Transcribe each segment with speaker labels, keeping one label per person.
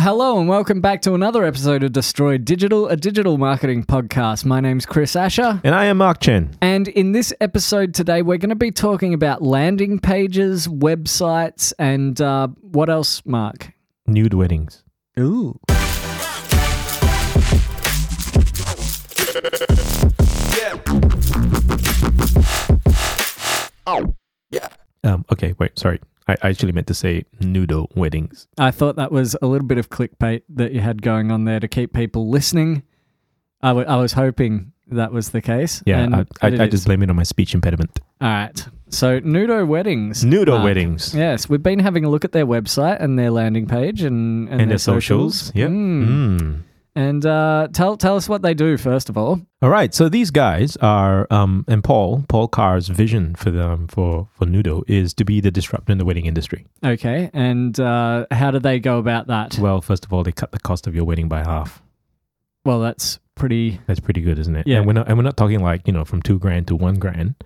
Speaker 1: hello and welcome back to another episode of Destroyed Digital, a digital marketing podcast. My name's Chris Asher.
Speaker 2: And I am Mark Chen.
Speaker 1: And in this episode today, we're going to be talking about landing pages, websites, and uh, what else, Mark?
Speaker 2: Nude weddings.
Speaker 1: Ooh.
Speaker 2: Um, okay, wait, sorry. I I actually meant to say noodle weddings.
Speaker 1: I thought that was a little bit of clickbait that you had going on there to keep people listening. I wa- I was hoping that was the case. and-
Speaker 2: Yeah, I,
Speaker 1: but it
Speaker 2: I, I
Speaker 1: is.
Speaker 2: just blame it on my speech impediment.
Speaker 1: All right. So, Nudo Weddings.
Speaker 2: Noodle
Speaker 1: Mark.
Speaker 2: weddings.
Speaker 1: Yes, we've been having a look at their website and their landing page and, and,
Speaker 2: And their socials. Yep.
Speaker 1: Mm.
Speaker 2: Mm.
Speaker 1: And uh, tell tell us what they do first of all.
Speaker 2: All right, so these guys are, um, and Paul, Paul Carr's vision for them for for Nudo is to be the disruptor in the wedding industry.
Speaker 1: Okay, and uh, how do they go about that?
Speaker 2: Well, first of all, they cut the cost of your wedding by half.
Speaker 1: Well, that's pretty.
Speaker 2: That's pretty good, isn't it?
Speaker 1: Yeah.
Speaker 2: And we're not and we're not talking like you know from two grand to one grand.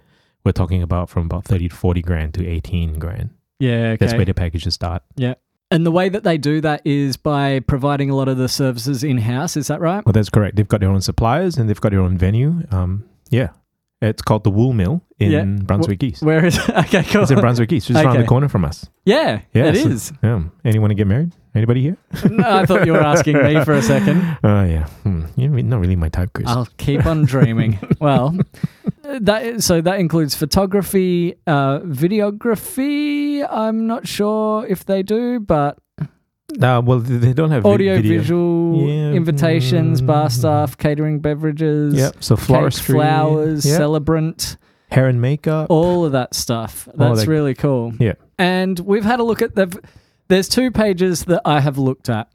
Speaker 2: We're talking about from about thirty to forty grand to eighteen grand.
Speaker 1: Yeah,
Speaker 2: That's where
Speaker 1: okay.
Speaker 2: the packages start.
Speaker 1: And the way that they do that is by providing a lot of the services in house. Is that right?
Speaker 2: Well, that's correct. They've got their own suppliers and they've got their own venue. Um, yeah, it's called the Wool Mill in
Speaker 1: Yeah.
Speaker 2: Brunswick East.
Speaker 1: Where is okay? Cool.
Speaker 2: It's in Brunswick East, just around
Speaker 1: Okay.
Speaker 2: the corner from us.
Speaker 1: yeah,
Speaker 2: Yeah,
Speaker 1: it
Speaker 2: so-
Speaker 1: is.
Speaker 2: Yeah. Anyone to get married? Anybody here?
Speaker 1: no, I thought you were asking me for a second.
Speaker 2: Oh yeah, hmm. you're re- not really my type, Chris.
Speaker 1: I'll keep on dreaming. well, uh, that so that includes photography, uh, videography. I'm not sure if they do, but
Speaker 2: Uh, well, th- they don't have vi-
Speaker 1: audio,
Speaker 2: video.
Speaker 1: visual,
Speaker 2: Yeah,
Speaker 1: invitations, bar
Speaker 2: mm.
Speaker 1: stuff, catering, beverages,
Speaker 2: Yep. So
Speaker 1: cake,
Speaker 2: floristry,
Speaker 1: flowers,
Speaker 2: yeah.
Speaker 1: celebrant,
Speaker 2: hair and makeup.
Speaker 1: all of that stuff. That's
Speaker 2: that-
Speaker 1: really cool.
Speaker 2: Yeah.
Speaker 1: And we've had a look at the. There's two pages that I have looked at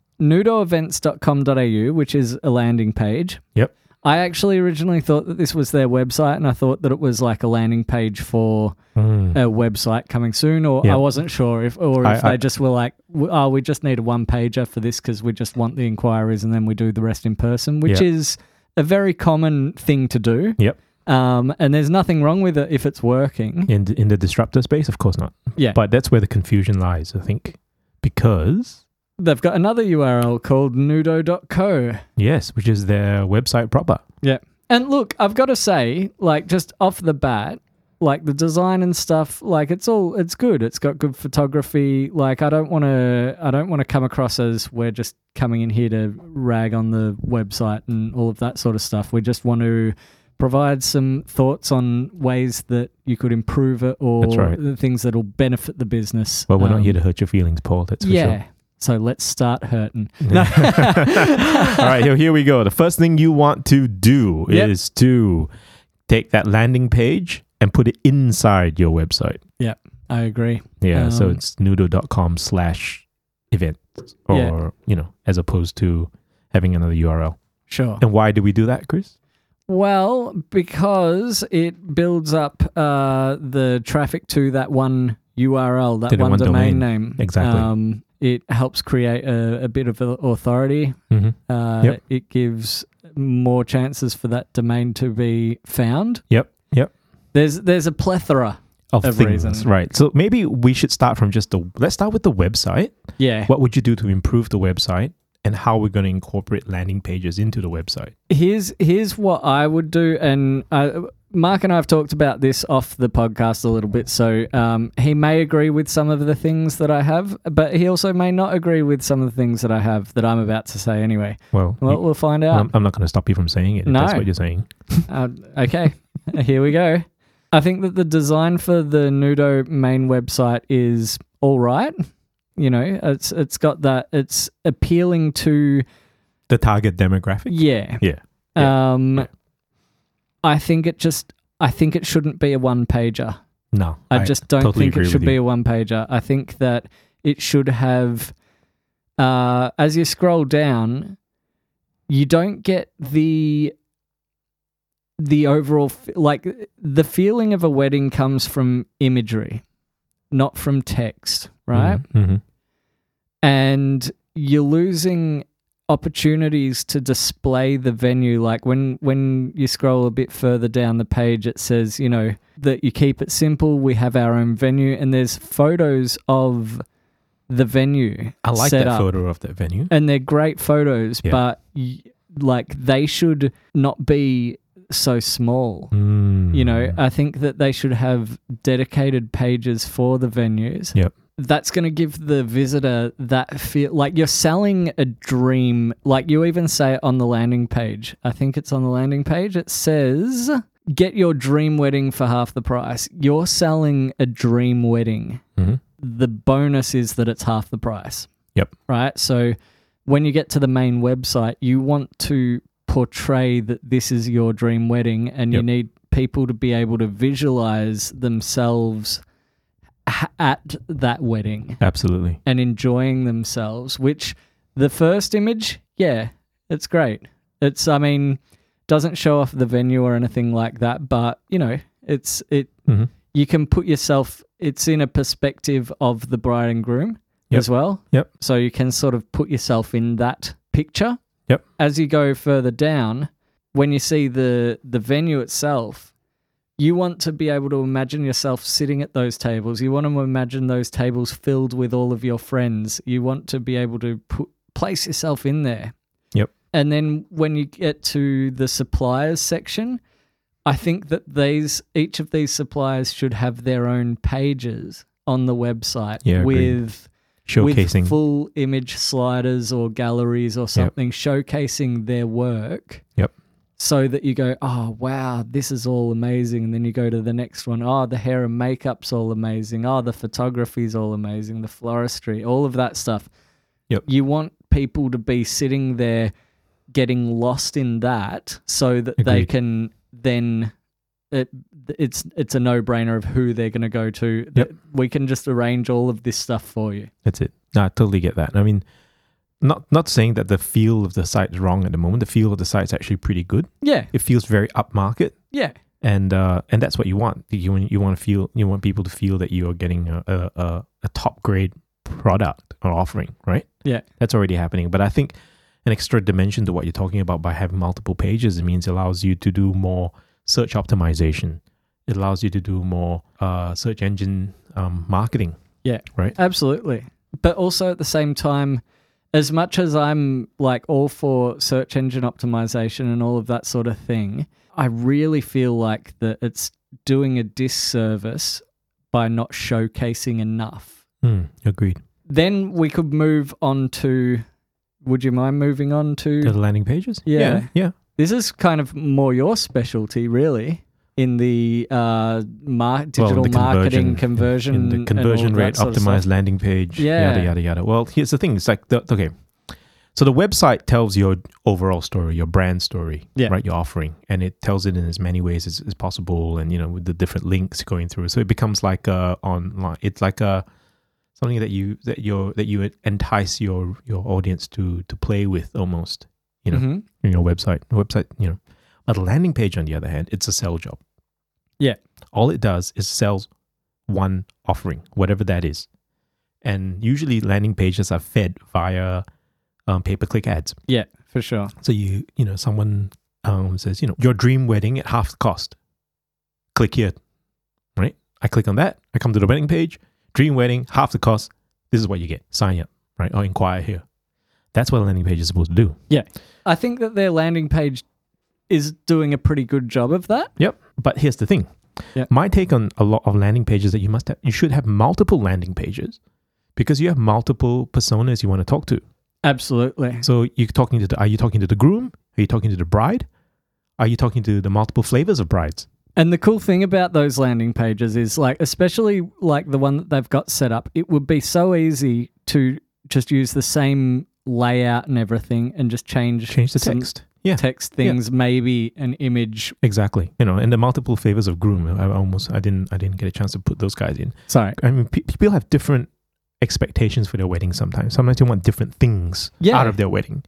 Speaker 1: nudoevents.com.au, which is a landing page.
Speaker 2: Yep.
Speaker 1: I actually originally thought that this was their website, and I thought that it was like a landing page for
Speaker 2: Hmm.
Speaker 1: a website coming soon, or
Speaker 2: Yeah.
Speaker 1: I wasn't sure if, or if
Speaker 2: I-
Speaker 1: they
Speaker 2: I-
Speaker 1: just were like, w- oh, we just need a one pager for this because we just want the inquiries and then we do the rest in person, which
Speaker 2: Yeah.
Speaker 1: is a very common thing to do.
Speaker 2: Yep.
Speaker 1: Um, and there's nothing wrong with it if it's working.
Speaker 2: In th- in the disruptor space, of course not.
Speaker 1: Yeah.
Speaker 2: But that's where the confusion lies, I think, because
Speaker 1: They've got another URL called nudo.co.
Speaker 2: yes, which is their website proper.
Speaker 1: Yeah. And look, I've got to say, like, just off the bat, like the design and stuff, like it's all it's good. It's got good photography. Like I don't want to, I don't want to come across as we're just coming in here to rag on the website and all of that sort of stuff. We just want to provide some thoughts on ways that you could improve it or
Speaker 2: That's right.
Speaker 1: the things that'll benefit the business.
Speaker 2: But we're
Speaker 1: Um,
Speaker 2: not here to hurt your feelings, Paul. That's for sure.
Speaker 1: yeah. So let's start hurting.
Speaker 2: All right, here, here we go. The first thing you want to do
Speaker 1: Yep.
Speaker 2: is to take that landing page and put it inside your website.
Speaker 1: I agree.
Speaker 2: Yeah, so
Speaker 1: Um,
Speaker 2: it's noodle.com slash event or,
Speaker 1: Yeah.
Speaker 2: you know, as opposed to having another URL.
Speaker 1: Sure.
Speaker 2: And why do we do that, Chris?
Speaker 1: Well, because it builds up uh, the traffic to that one URL, that
Speaker 2: To the
Speaker 1: one
Speaker 2: one
Speaker 1: domain
Speaker 2: domain.
Speaker 1: name.
Speaker 2: Exactly.
Speaker 1: Um, it helps create a, a bit of a- authority.
Speaker 2: Mm-hmm.
Speaker 1: Uh,
Speaker 2: Yep.
Speaker 1: It gives more chances for that domain to be found.
Speaker 2: Yep, yep.
Speaker 1: There's there's a plethora.
Speaker 2: Of
Speaker 1: Of
Speaker 2: things,
Speaker 1: reason.
Speaker 2: right? So maybe we should start from just the. Let's start with the website.
Speaker 1: Yeah.
Speaker 2: What would you do to improve the website, and how we're going to incorporate landing pages into the website?
Speaker 1: here's here's what I would do, and uh, Mark and I have talked about this off the podcast a little bit. So um, he may agree with some of the things that I have, but he also may not agree with some of the things that I have that I'm about to say. Anyway,
Speaker 2: Well,
Speaker 1: well, we'll find out.
Speaker 2: I'm, I'm not going to stop you from saying it. If
Speaker 1: No.
Speaker 2: That's what you're saying.
Speaker 1: Uh, okay, here we go. I think that the design for the Nudo main website is all right. You know, it's it's got that it's appealing to
Speaker 2: the target demographic.
Speaker 1: Yeah.
Speaker 2: Yeah.
Speaker 1: Um,
Speaker 2: Yeah.
Speaker 1: I think it just. I think it shouldn't be a one pager.
Speaker 2: No,
Speaker 1: I, just don't
Speaker 2: totally
Speaker 1: think it
Speaker 2: agree
Speaker 1: should
Speaker 2: with
Speaker 1: be
Speaker 2: you.
Speaker 1: a one pager. I think that it should have. Uh, as you scroll down, you don't get the the overall f- like the feeling of a wedding comes from imagery, not from text, right?
Speaker 2: Mhm,
Speaker 1: and you're losing opportunities to display the venue like when when you scroll a bit further down the page it says you know that you keep it simple we have our own venue and there's photos of the venue.
Speaker 2: I like
Speaker 1: set
Speaker 2: that
Speaker 1: up.
Speaker 2: photo of that venue.
Speaker 1: and they're great photos,
Speaker 2: Yeah.
Speaker 1: but y- like they should not be so small.
Speaker 2: Mm.
Speaker 1: You know, I think that they should have dedicated pages for the venues.
Speaker 2: Yep.
Speaker 1: That's going to give the visitor that feel like you're selling a dream. Like you even say it on the landing page. I think it's on the landing page. It says, get your dream wedding for half the price. You're selling a dream wedding
Speaker 2: Mhm.
Speaker 1: the bonus is that it's half the price.
Speaker 2: Yep.
Speaker 1: Right. So when you get to the main website, you want to portray that this is your dream wedding and you
Speaker 2: Yep.
Speaker 1: need people to be able to visualize themselves h- at that wedding
Speaker 2: Absolutely.
Speaker 1: and enjoying themselves, which the first image, yeah, it's great. It's, I mean, doesn't show off the venue or anything like that, but you know, it's, it,
Speaker 2: hmm
Speaker 1: you can put yourself it's in a perspective of the bride and groom
Speaker 2: Yep.
Speaker 1: as well
Speaker 2: Yep.
Speaker 1: so you can sort of put yourself in that picture
Speaker 2: Yep.
Speaker 1: as you go further down when you see the the venue itself you want to be able to imagine yourself sitting at those tables you want to imagine those tables filled with all of your friends you want to be able to put place yourself in there
Speaker 2: Yep.
Speaker 1: and then when you get to the suppliers section I think that these each of these suppliers should have their own pages on the website
Speaker 2: Yeah, agreed.
Speaker 1: with
Speaker 2: Showcasing.
Speaker 1: with full image sliders or galleries or something showcasing their work.
Speaker 2: Yep.
Speaker 1: So that you go, oh wow, this is all amazing. And then you go to the next one. Oh, the hair and makeup's all amazing. Oh, the photography's all amazing. The floristry, all of that stuff.
Speaker 2: Yep.
Speaker 1: You want people to be sitting there getting lost in that so that they
Speaker 2: Agreed.
Speaker 1: can then it, it's it's a no-brainer of who they're going to go to
Speaker 2: Yep.
Speaker 1: we can just arrange all of this stuff for you
Speaker 2: That's it. No, I totally get that. I mean, not not saying that the feel of the site is wrong at the moment. The feel of the site's actually pretty good.
Speaker 1: yeah
Speaker 2: It feels very upmarket,
Speaker 1: yeah
Speaker 2: and uh, and that's what you want. You want you want to feel you want people to feel that you are getting a a, a, a top grade product or offering, right?
Speaker 1: Yeah.
Speaker 2: that's already happening. But I think an extra dimension to what you're talking about by having multiple pages it means it allows you to do more search optimization. It allows you to do more uh, search engine um, marketing.
Speaker 1: Absolutely. But also at the same time, as much as I'm like all for search engine optimization and all of that sort of thing, I really feel like that it's doing a disservice by not showcasing enough.
Speaker 2: Mm, agreed.
Speaker 1: Then we could move on to would you mind moving on
Speaker 2: The
Speaker 1: to
Speaker 2: landing pages.
Speaker 1: Yeah.
Speaker 2: yeah.
Speaker 1: this is kind of more your specialty really in the uh mar- digital
Speaker 2: the
Speaker 1: marketing
Speaker 2: conversion
Speaker 1: conversion
Speaker 2: in the
Speaker 1: and all
Speaker 2: conversion
Speaker 1: of that
Speaker 2: rate
Speaker 1: sort of stuff.
Speaker 2: optimized landing page yada
Speaker 1: Yeah.
Speaker 2: yada yada well here's the thing it's like the, okay so the website tells your overall story your brand story
Speaker 1: Yeah.
Speaker 2: right your offering and it tells it in as many ways as, as possible and you know with the different links going through so it becomes like a online it's like a something that you that your that you entice your your audience to to play with almost you know
Speaker 1: Mhm.
Speaker 2: in your website. The website, you know. But a landing page, on the other hand, it's a sell job.
Speaker 1: Yeah.
Speaker 2: All it does is sells one offering, whatever that is. And usually landing pages are fed via um, pay-per-click ads.
Speaker 1: yeah for sure
Speaker 2: So you, you know, someone um, says, you know, your dream wedding at half the cost. Click here, right? I click on that. I come to the wedding page. Dream wedding, half the cost. This is what you get. Sign up, right? Or inquire here. That's what a landing page is supposed to do.
Speaker 1: I think that their landing page is doing a pretty good job of that.
Speaker 2: Yep. But here's the thing.
Speaker 1: Yeah.
Speaker 2: My take on a lot of landing pages that you must have, you should have multiple landing pages because you have multiple personas you want to talk to.
Speaker 1: Absolutely.
Speaker 2: So you're talking to the, are you talking to the groom? Are you talking to the bride? Are you talking to the multiple flavors of brides?
Speaker 1: And the cool thing about those landing pages is like especially like the one that they've got set up, it would be so easy to just use the same layout and everything and just change
Speaker 2: Change the
Speaker 1: some
Speaker 2: text. Yeah,
Speaker 1: text things, maybe an image.
Speaker 2: exactly. You know, and the multiple flavors of groom. I I almost, I didn't, I didn't get a chance to put those guys in.
Speaker 1: Sorry.
Speaker 2: I mean, pe- people have different expectations for their wedding sometimes. Sometimes they want different things
Speaker 1: Yeah.
Speaker 2: out of their wedding.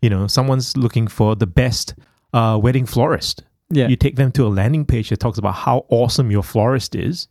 Speaker 2: You know, someone's looking for the best uh, wedding florist.
Speaker 1: Yeah.
Speaker 2: You take them to a landing page that talks about how awesome your florist is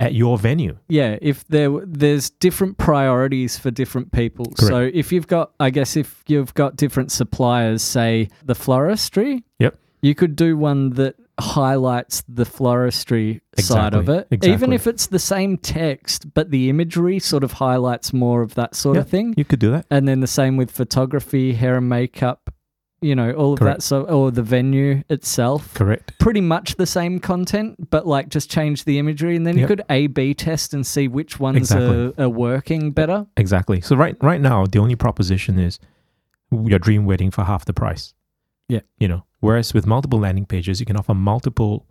Speaker 2: at your venue.
Speaker 1: yeah if there w- there's different priorities for different people so if you've got i guess if you've got different suppliers say the floristry
Speaker 2: Yep.
Speaker 1: you could do one that highlights the floristry side of
Speaker 2: Exactly,
Speaker 1: it. Even
Speaker 2: exactly.
Speaker 1: if it's the same text, but the imagery sort of highlights more of that sort of
Speaker 2: Yeah.
Speaker 1: thing.
Speaker 2: You could do that.
Speaker 1: And then the same with photography, hair and makeup, you know, all of
Speaker 2: Correct.
Speaker 1: that. So, or the venue itself.
Speaker 2: Correct.
Speaker 1: Pretty much the same content, but like just change the imagery, and then you
Speaker 2: Yep.
Speaker 1: could A B test and see which ones
Speaker 2: Exactly.
Speaker 1: are, are working better.
Speaker 2: Exactly. So right right now, the only proposition is your dream wedding for half the price.
Speaker 1: Yeah.
Speaker 2: You know, whereas with multiple landing pages, you can offer multiple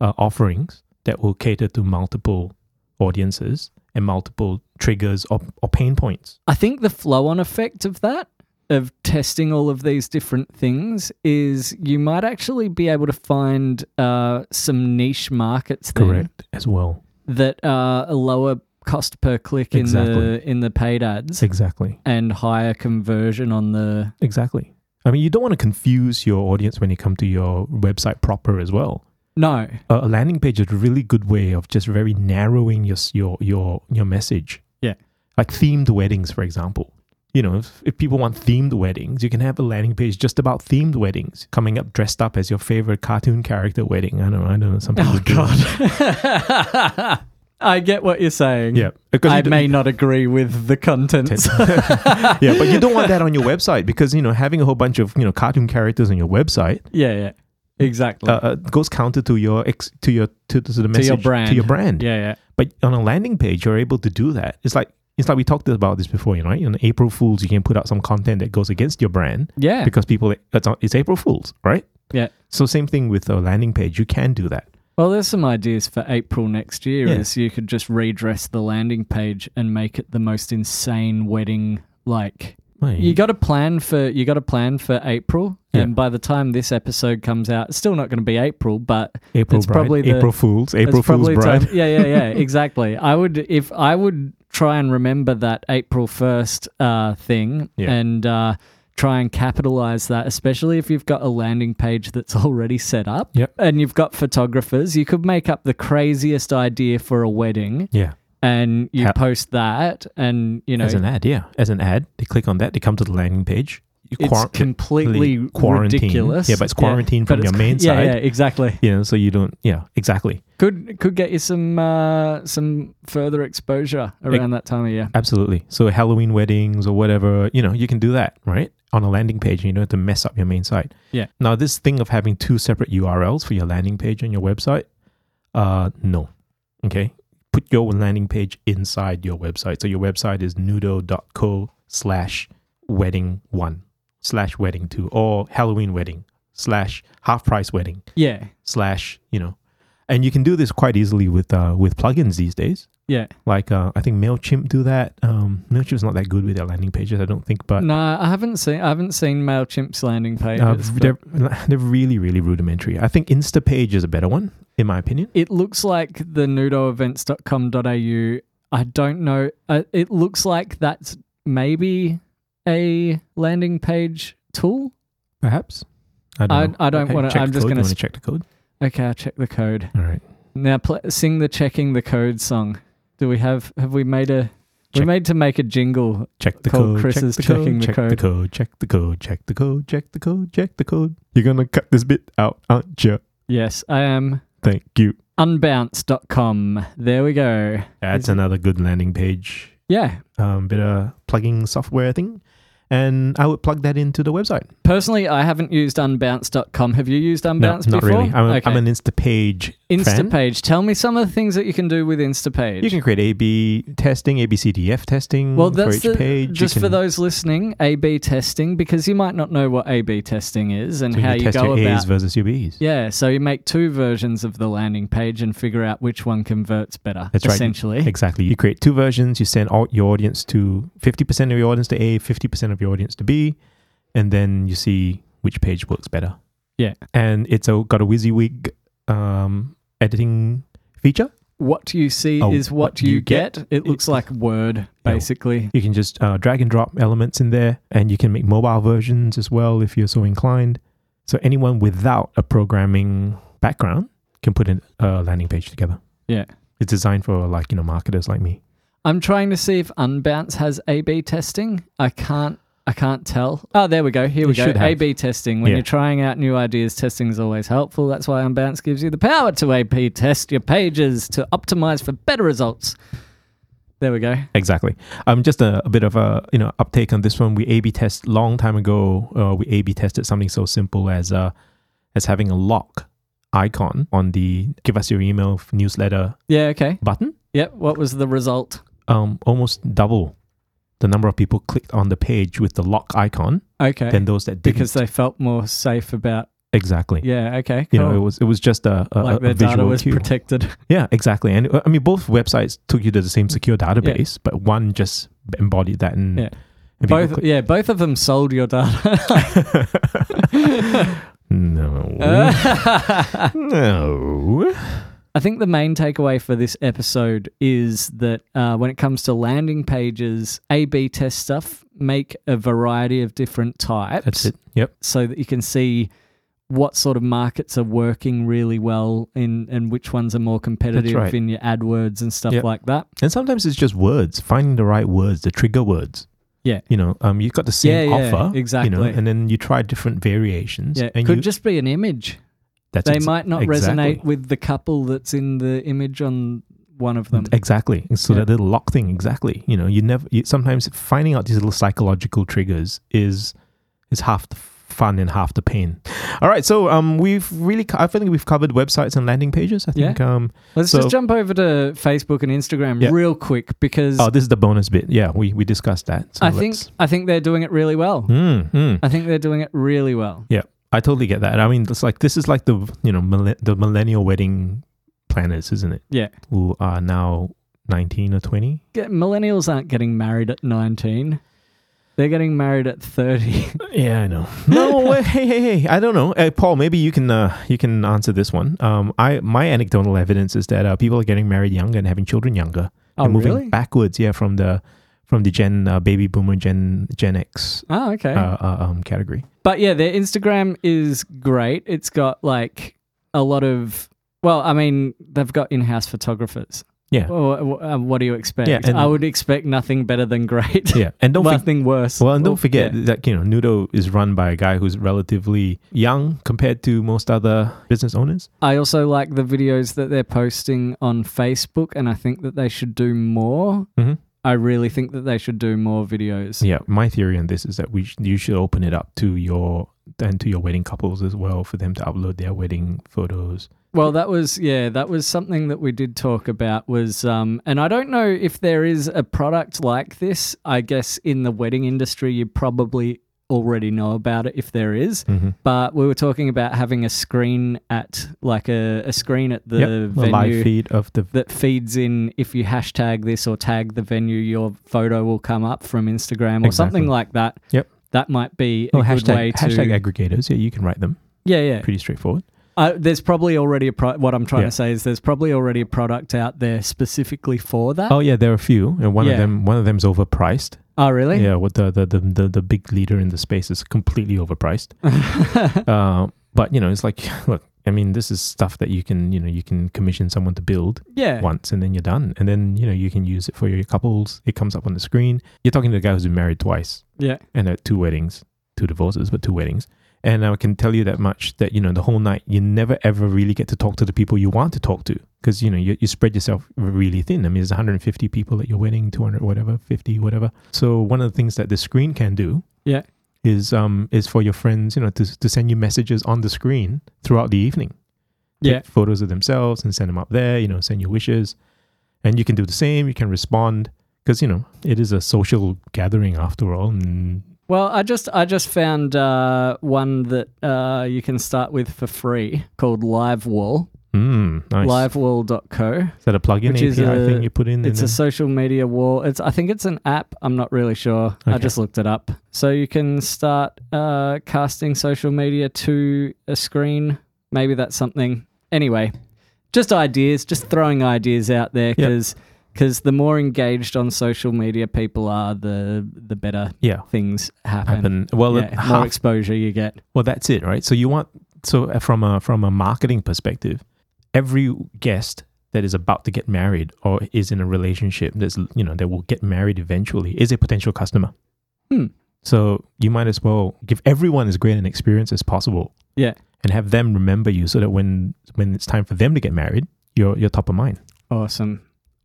Speaker 2: uh, offerings that will cater to multiple audiences and multiple triggers or, or pain points.
Speaker 1: I think the flow on effect of that, of testing all of these different things, is you might actually be able to find uh, some niche markets
Speaker 2: Mm-hmm.
Speaker 1: then
Speaker 2: As well.
Speaker 1: that are a lower cost per click in the
Speaker 2: Exactly.
Speaker 1: in the paid ads
Speaker 2: Exactly.
Speaker 1: and higher conversion on the
Speaker 2: Exactly. I mean, you don't want to confuse your audience when you come to your website proper as well.
Speaker 1: no
Speaker 2: A a landing page is a really good way of just very narrowing your s- your your your message.
Speaker 1: Yeah.
Speaker 2: Like themed weddings, for example. You know, if, if people want themed weddings, you can have a landing page just about themed weddings, coming up dressed up as your favorite cartoon character wedding. I don't know. I don't know. Some people
Speaker 1: oh
Speaker 2: do.
Speaker 1: god I get what you're saying
Speaker 2: Yeah. Because
Speaker 1: I
Speaker 2: you do-
Speaker 1: may not agree with the contents
Speaker 2: yeah, but you don't want that on your website because you know having a whole bunch of you know cartoon characters on your website
Speaker 1: yeah yeah exactly
Speaker 2: uh, uh, goes counter to your ex- to your to, to the
Speaker 1: to
Speaker 2: message
Speaker 1: your brand
Speaker 2: to your brand.
Speaker 1: yeah yeah
Speaker 2: But on a landing page, you're able to do that. It's like it's like we talked about this before, you know. Right? On April Fools, you can put out some content that goes against your brand
Speaker 1: yeah
Speaker 2: because people it's, it's April Fools, right?
Speaker 1: Yeah.
Speaker 2: So same thing with a landing page. You can do that.
Speaker 1: Well, there's some ideas for April next year.
Speaker 2: Yeah.
Speaker 1: Is you could just redress the landing page and make it the most insane wedding. Like
Speaker 2: Right.
Speaker 1: you got to plan for you got to plan for April,
Speaker 2: Yeah.
Speaker 1: and by the time this episode comes out, it's still not going to be April, but
Speaker 2: April
Speaker 1: it's
Speaker 2: bride,
Speaker 1: probably the-
Speaker 2: April Fools, April
Speaker 1: it's
Speaker 2: Fools
Speaker 1: probably
Speaker 2: bride.
Speaker 1: time- yeah, yeah, yeah, exactly. I would if I would try and remember that April first uh, thing
Speaker 2: Yeah.
Speaker 1: and uh, try and capitalize that, especially if you've got a landing page that's already set up.
Speaker 2: Yep.
Speaker 1: And you've got photographers. You could make up the craziest idea for a wedding,
Speaker 2: yeah,
Speaker 1: and you
Speaker 2: Ha-
Speaker 1: post that, and you know
Speaker 2: as an ad, yeah, as an ad, they click on that, they come to the landing page. You
Speaker 1: it's
Speaker 2: quar-
Speaker 1: completely
Speaker 2: quarantine.
Speaker 1: ridiculous.
Speaker 2: Yeah, but it's quarantined
Speaker 1: But
Speaker 2: from
Speaker 1: it's
Speaker 2: your main
Speaker 1: c- yeah,
Speaker 2: side.
Speaker 1: Yeah, exactly.
Speaker 2: you know, so you don't. Yeah, exactly.
Speaker 1: Could could get you some uh, some further exposure around that time of year.
Speaker 2: Absolutely. So Halloween weddings or whatever, you know, you can do that, right? On a landing page, you don't have to mess up your main site.
Speaker 1: Yeah.
Speaker 2: Now, this thing of having two separate URLs for your landing page and your website, uh, no. Okay. Put your landing page inside your website. So your website is nudo.co slash wedding one slash wedding two or Halloween wedding slash half price wedding
Speaker 1: Yeah,
Speaker 2: slash, you know. And you can do this quite easily with uh, with plugins these days
Speaker 1: yeah.
Speaker 2: like uh, I think Mailchimp do that. Um, Mailchimp's not that good with their landing pages, I don't think, but
Speaker 1: No, I haven't seen. I haven't seen Mailchimp's landing page.
Speaker 2: uh, they're they're really really rudimentary. I think Instapage is a better one in my opinion.
Speaker 1: it looks like the nudoevents.com.au. I don't know. Uh, it looks like that's maybe a landing page tool.
Speaker 2: Perhaps I don't.
Speaker 1: I-
Speaker 2: know.
Speaker 1: I don't
Speaker 2: Hey,
Speaker 1: wanna-
Speaker 2: check
Speaker 1: I'm
Speaker 2: the
Speaker 1: just
Speaker 2: code.
Speaker 1: gonna
Speaker 2: You wanna
Speaker 1: sp-
Speaker 2: check the code.
Speaker 1: Okay, I'll check the code
Speaker 2: All right.
Speaker 1: now. Pl- sing the checking the code song. Do we have? Have we made a? We
Speaker 2: Check.
Speaker 1: made to make a jingle.
Speaker 2: Check the
Speaker 1: Called
Speaker 2: code.
Speaker 1: Chris
Speaker 2: check
Speaker 1: is
Speaker 2: the
Speaker 1: checking the
Speaker 2: check the code. Check the code. Check the code. Check the code. Check the code. You're gonna cut this bit out, aren't you?
Speaker 1: Yes, I am.
Speaker 2: Thank you.
Speaker 1: Unbounce.com. There we go.
Speaker 2: That's
Speaker 1: Is it-
Speaker 2: another good landing page.
Speaker 1: Yeah.
Speaker 2: Um, bit of plugging software thing, and I would plug that into the website.
Speaker 1: Personally, I haven't used unbounce.com. Have you used
Speaker 2: No,
Speaker 1: unbounce
Speaker 2: not
Speaker 1: before?
Speaker 2: really. I'm, a
Speaker 1: Okay.
Speaker 2: am an Instapage fan.
Speaker 1: Instapage. Tell me some of the things that you can do with Instapage.
Speaker 2: You can create A/B testing, ABCDF testing
Speaker 1: well, that's
Speaker 2: for each
Speaker 1: the,
Speaker 2: page. You
Speaker 1: just for
Speaker 2: can-
Speaker 1: those listening, A/B testing because you might not know what A/B testing is and
Speaker 2: so you
Speaker 1: how
Speaker 2: can
Speaker 1: you
Speaker 2: test
Speaker 1: go
Speaker 2: your A's
Speaker 1: about.
Speaker 2: versus your B's.
Speaker 1: yeah, so you make two versions of the landing page and figure out which one converts better.
Speaker 2: That's right.
Speaker 1: essentially.
Speaker 2: Exactly. You create two versions. You send all your audience to fifty percent of your audience to A, fifty percent of your audience to B, and then you see which page works better.
Speaker 1: Yeah.
Speaker 2: And it's a, got a WYSIWYG um, editing feature.
Speaker 1: What you see
Speaker 2: Oh,
Speaker 1: is what, you get. It
Speaker 2: It-
Speaker 1: looks like Word,
Speaker 2: Yeah.
Speaker 1: basically.
Speaker 2: You can just uh, drag and drop elements in there, and you can make mobile versions as well if you're so inclined. So anyone without a programming background can put in a landing page together.
Speaker 1: Yeah.
Speaker 2: it's designed for like you know marketers like me.
Speaker 1: I'm trying to see if Unbounce has A/B testing. I can't I can't tell. Oh, there we go. Here we
Speaker 2: You should
Speaker 1: go.
Speaker 2: have.
Speaker 1: A B testing. When
Speaker 2: Yeah.
Speaker 1: you're trying out new ideas, testing is always helpful. That's why Unbounce gives you the power to A B test your pages to optimize for better results. There we go.
Speaker 2: Exactly. Um, just a, a bit of a you know uptake on this one. We A/B test long time ago. Uh, we A/B tested something so simple as uh, as having a lock icon on the "Give us your email" newsletter
Speaker 1: Yeah, okay.
Speaker 2: button.
Speaker 1: Yep. What was the result?
Speaker 2: Um, almost double the number of people clicked on the page with the lock icon
Speaker 1: Okay.
Speaker 2: than those that didn't.
Speaker 1: because they felt more safe about
Speaker 2: exactly.
Speaker 1: Yeah, okay.
Speaker 2: You
Speaker 1: cool.
Speaker 2: know, it was it was just a, a,
Speaker 1: like
Speaker 2: a- a
Speaker 1: their
Speaker 2: visual
Speaker 1: data was
Speaker 2: cue.
Speaker 1: protected.
Speaker 2: Yeah, exactly. And uh, I mean, both websites took you to the same secure database, but one just embodied that. And,
Speaker 1: Mm. Yeah.
Speaker 2: and people
Speaker 1: Both yeah, both of them sold your data.
Speaker 2: click- no, no.
Speaker 1: I think the main takeaway for this episode is that uh, when it comes to landing pages, A B test stuff, make a variety of different types
Speaker 2: That's it. Yep.
Speaker 1: so that you can see what sort of markets are working really well in, and which ones are more competitive
Speaker 2: right.
Speaker 1: in your AdWords and stuff
Speaker 2: Yep.
Speaker 1: like that.
Speaker 2: And sometimes it's just words, finding the right words, the trigger words.
Speaker 1: Yeah.
Speaker 2: You know, um, you've got the same
Speaker 1: Yeah, yeah,
Speaker 2: offer, You know,
Speaker 1: exactly.
Speaker 2: and then you try different variations.
Speaker 1: Yeah,
Speaker 2: and
Speaker 1: could
Speaker 2: you,
Speaker 1: just be an image.
Speaker 2: that's
Speaker 1: They
Speaker 2: ex-
Speaker 1: might not
Speaker 2: exactly.
Speaker 1: resonate with the couple that's in the image on one of them.
Speaker 2: Exactly. And So
Speaker 1: Yeah.
Speaker 2: that little lock thing, exactly. You know, you never. You, sometimes finding out these little psychological triggers is is half the fun and half the pain. All right. So um, we've really. co- I think we've covered websites and landing pages. I think um,
Speaker 1: Let's
Speaker 2: So-
Speaker 1: just jump over to Facebook and Instagram
Speaker 2: Yeah.
Speaker 1: real quick because
Speaker 2: Oh, this is the bonus bit. Yeah, we, we discussed that. So
Speaker 1: I think
Speaker 2: let's-
Speaker 1: I think they're doing it really well.
Speaker 2: Mm, mm.
Speaker 1: I think they're doing it really well.
Speaker 2: Yeah, I totally get that. I mean, it's like this is like the you know millen- the millennial wedding planners, isn't it?
Speaker 1: Yeah.
Speaker 2: Who are now nineteen or twenty?
Speaker 1: Get, millennials aren't getting married at 19. They're getting married at 30.
Speaker 2: Yeah, I know. No, wait, hey, hey, hey. I don't know, uh, Paul. Maybe you can uh, you can answer this one. Um, I my anecdotal evidence is that uh, people are getting married younger and having children younger.
Speaker 1: oh,
Speaker 2: They're moving
Speaker 1: really?
Speaker 2: backwards. Yeah, from the from the Gen uh, Baby Boomer Gen Gen X
Speaker 1: Oh, okay.
Speaker 2: uh, uh, um, category.
Speaker 1: But yeah, their Instagram is great. It's got like a lot of well, I mean, they've got in-house photographers.
Speaker 2: Yeah.
Speaker 1: Well, uh, what do you expect?
Speaker 2: Yeah, and-
Speaker 1: I would expect nothing better than great.
Speaker 2: Yeah, and don't forget.
Speaker 1: nothing worse.
Speaker 2: Well, and
Speaker 1: Well,
Speaker 2: don't forget
Speaker 1: yeah.
Speaker 2: that you know Nudo is run by a guy who's relatively young compared to most other business owners.
Speaker 1: I also like the videos that they're posting on Facebook, and I think that they should do more.
Speaker 2: Mhm.
Speaker 1: I really think that they should do more videos.
Speaker 2: Yeah, my theory on this is that we sh- you should open it up to your and to your wedding couples as well for them to upload their wedding photos.
Speaker 1: Well, that was yeah, that was something that we did talk about was um and I don't know if there is a product like this. I guess in the wedding industry you probably already know about it if there is.
Speaker 2: Mm-hmm.
Speaker 1: But we were talking about having a screen at like a, a screen at the
Speaker 2: a live
Speaker 1: venue
Speaker 2: feed of the
Speaker 1: that feeds in if you hashtag this or tag the venue, your photo will come up from Instagram or
Speaker 2: Exactly.
Speaker 1: something like that.
Speaker 2: Yep.
Speaker 1: That might be a
Speaker 2: oh,
Speaker 1: good
Speaker 2: hashtag
Speaker 1: way to
Speaker 2: hashtag aggregators. Yeah, you can write them.
Speaker 1: yeah yeah.
Speaker 2: Pretty straightforward.
Speaker 1: Uh, there's probably already a pro- what I'm trying
Speaker 2: Yeah.
Speaker 1: to say is there's probably already a product out there specifically for that.
Speaker 2: Oh yeah, there are a few, and one of
Speaker 1: Yeah.
Speaker 2: them one of them's overpriced.
Speaker 1: Oh, really?
Speaker 2: Yeah, what the the, the the the big leader in the space is completely overpriced. Uh, but you know, it's like, look, I mean, this is stuff that you can, you know, you can commission someone to build
Speaker 1: yeah.
Speaker 2: once, and then you're done, and then you know, you can use it for your couples. It comes up on the screen. You're talking to a guy who's been married twice,
Speaker 1: Yeah.
Speaker 2: and at two weddings, two divorces, but two weddings. And I can tell you that much that you know, the whole night, you never ever really get to talk to the people you want to talk to because you know you, you spread yourself really thin. I mean, there's 150 people at your wedding, 200 whatever, 50 whatever. So one of the things that the screen can do
Speaker 1: Yeah.
Speaker 2: is um is for your friends, you know, to to send you messages on the screen throughout the evening. Take
Speaker 1: Yeah.
Speaker 2: photos of themselves and send them up there. You know, send your wishes, and you can do the same. You can respond because you know it is a social gathering after all. And
Speaker 1: Well, I just I just found uh, one that uh, you can start with for free called LiveWall.
Speaker 2: mm, nice.
Speaker 1: Livewall.co.
Speaker 2: Is that a plug-in
Speaker 1: which
Speaker 2: API
Speaker 1: is a-
Speaker 2: thing you put in?
Speaker 1: It's a
Speaker 2: and then-
Speaker 1: social media wall. It's I think it's an app. I'm not really sure. I
Speaker 2: Okay.
Speaker 1: just looked it up. So you can start uh, casting social media to a screen. Maybe that's something. Anyway, just ideas. Just throwing ideas out there
Speaker 2: Yeah.
Speaker 1: because the more engaged on social media people are, the the better
Speaker 2: yeah.
Speaker 1: things happen.
Speaker 2: Happen. Well,
Speaker 1: Yeah,
Speaker 2: it-
Speaker 1: more
Speaker 2: half-
Speaker 1: exposure you get.
Speaker 2: Well, that's it, right? So you want so uh, from a from a marketing perspective, every guest that is about to get married or is in a relationship that's you know that will get married eventually is a potential customer.
Speaker 1: Hmm.
Speaker 2: So you might as well give everyone as great an experience as possible.
Speaker 1: Yeah.
Speaker 2: And have them remember you so that when when it's time for them to get married, you're you're top of mind.
Speaker 1: Awesome.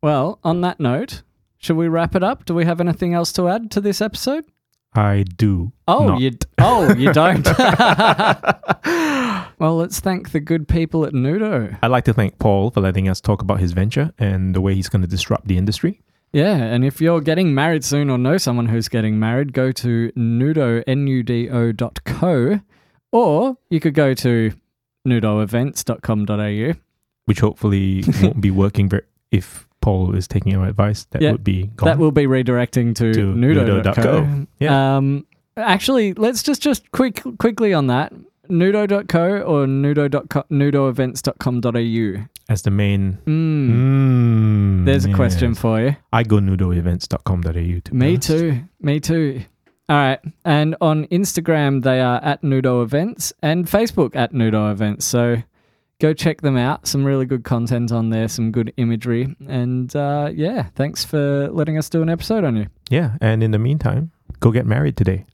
Speaker 1: Well, on that note, should we wrap it up? Do we have anything else to add to this episode?
Speaker 2: I do.
Speaker 1: Oh,
Speaker 2: not.
Speaker 1: you d- oh you don't. well, let's thank the good people at Nudo.
Speaker 2: I'd like to thank Paul for letting us talk about his venture and the way he's going to disrupt the industry.
Speaker 1: Yeah, and if you're getting married soon or know someone who's getting married, go to nudo nudo dot co, or you could go to nudoevents.com.au.
Speaker 2: which hopefully won't be working ver- if Paul is taking our advice. That
Speaker 1: Yeah,
Speaker 2: would be gone.
Speaker 1: That will be redirecting to,
Speaker 2: To
Speaker 1: nudo dot co.
Speaker 2: nudo.co. Yeah.
Speaker 1: Um, actually, let's just just quick quickly on that nudo.co or nudo.co, nudoevents.com.au.
Speaker 2: as the main.
Speaker 1: Mm,
Speaker 2: Mm,
Speaker 1: Hmm. there's a question
Speaker 2: yes.
Speaker 1: for you.
Speaker 2: I go nudoevents.com.au. To be
Speaker 1: Me
Speaker 2: honest.
Speaker 1: too. Me too. All right. And on Instagram, they are at Nudo Events and Facebook at Nudo Events. So go check them out. Some really good content on there, some good imagery. And uh, yeah, thanks for letting us do an episode on you.
Speaker 2: Yeah, and in the meantime, go get married today.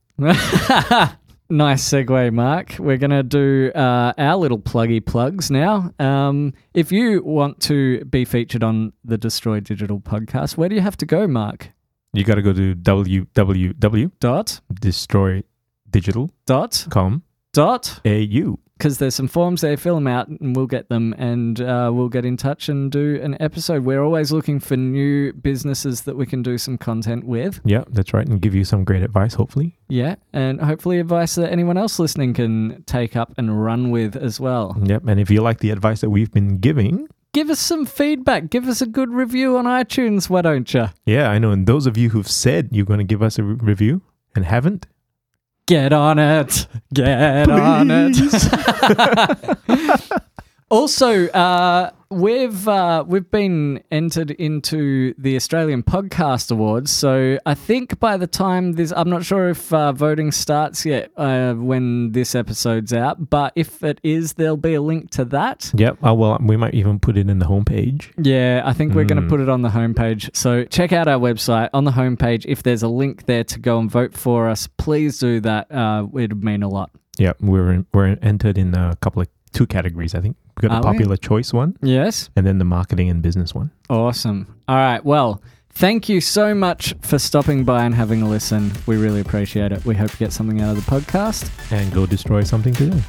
Speaker 1: nice segue, Mark. We're going to do uh, our little pluggy plugs now. Um, if you want to be featured on the Destroy Digital podcast, where do you have to go, Mark?
Speaker 2: You got to go to www.destroydigital.com.
Speaker 1: Dot, dot, dot.
Speaker 2: au.
Speaker 1: because there's some forms there, fill them out, and we'll get them, and uh, we'll get in touch and do an episode. We're always looking for new businesses that we can do some content with.
Speaker 2: Yeah, that's right. And give you some great advice, hopefully.
Speaker 1: Yeah, and hopefully advice that anyone else listening can take up and run with as well.
Speaker 2: Yep. And if you like the advice that we've been giving,
Speaker 1: Give us some feedback. Give us a good review on iTunes, why don't you?
Speaker 2: yeah, I know. And those of you who've said you're going to give us a re- review and haven't,
Speaker 1: Get on it. Get on it. also, uh, we've uh, we've been entered into the Australian Podcast Awards, so I think by the time this, I'm not sure if uh, voting starts yet uh, when this episode's out, but if it is, there'll be a link to that.
Speaker 2: Yep. Uh, well, we might even put it in the homepage.
Speaker 1: Yeah, I think we're going to
Speaker 2: Mm.
Speaker 1: put it on the homepage. So check out our website on the homepage. If there's a link there to go and vote for us, please do that. Uh, it'd mean a lot.
Speaker 2: Yep. We're in, we're entered in a couple of two categories. I think we got
Speaker 1: Are
Speaker 2: the
Speaker 1: we?
Speaker 2: popular choice one,
Speaker 1: Yes.
Speaker 2: and then the marketing and business one.
Speaker 1: Awesome. All right. Well, thank you so much for stopping by and having a listen. We really appreciate it. We hope you get something out of the podcast.
Speaker 2: And go destroy something today.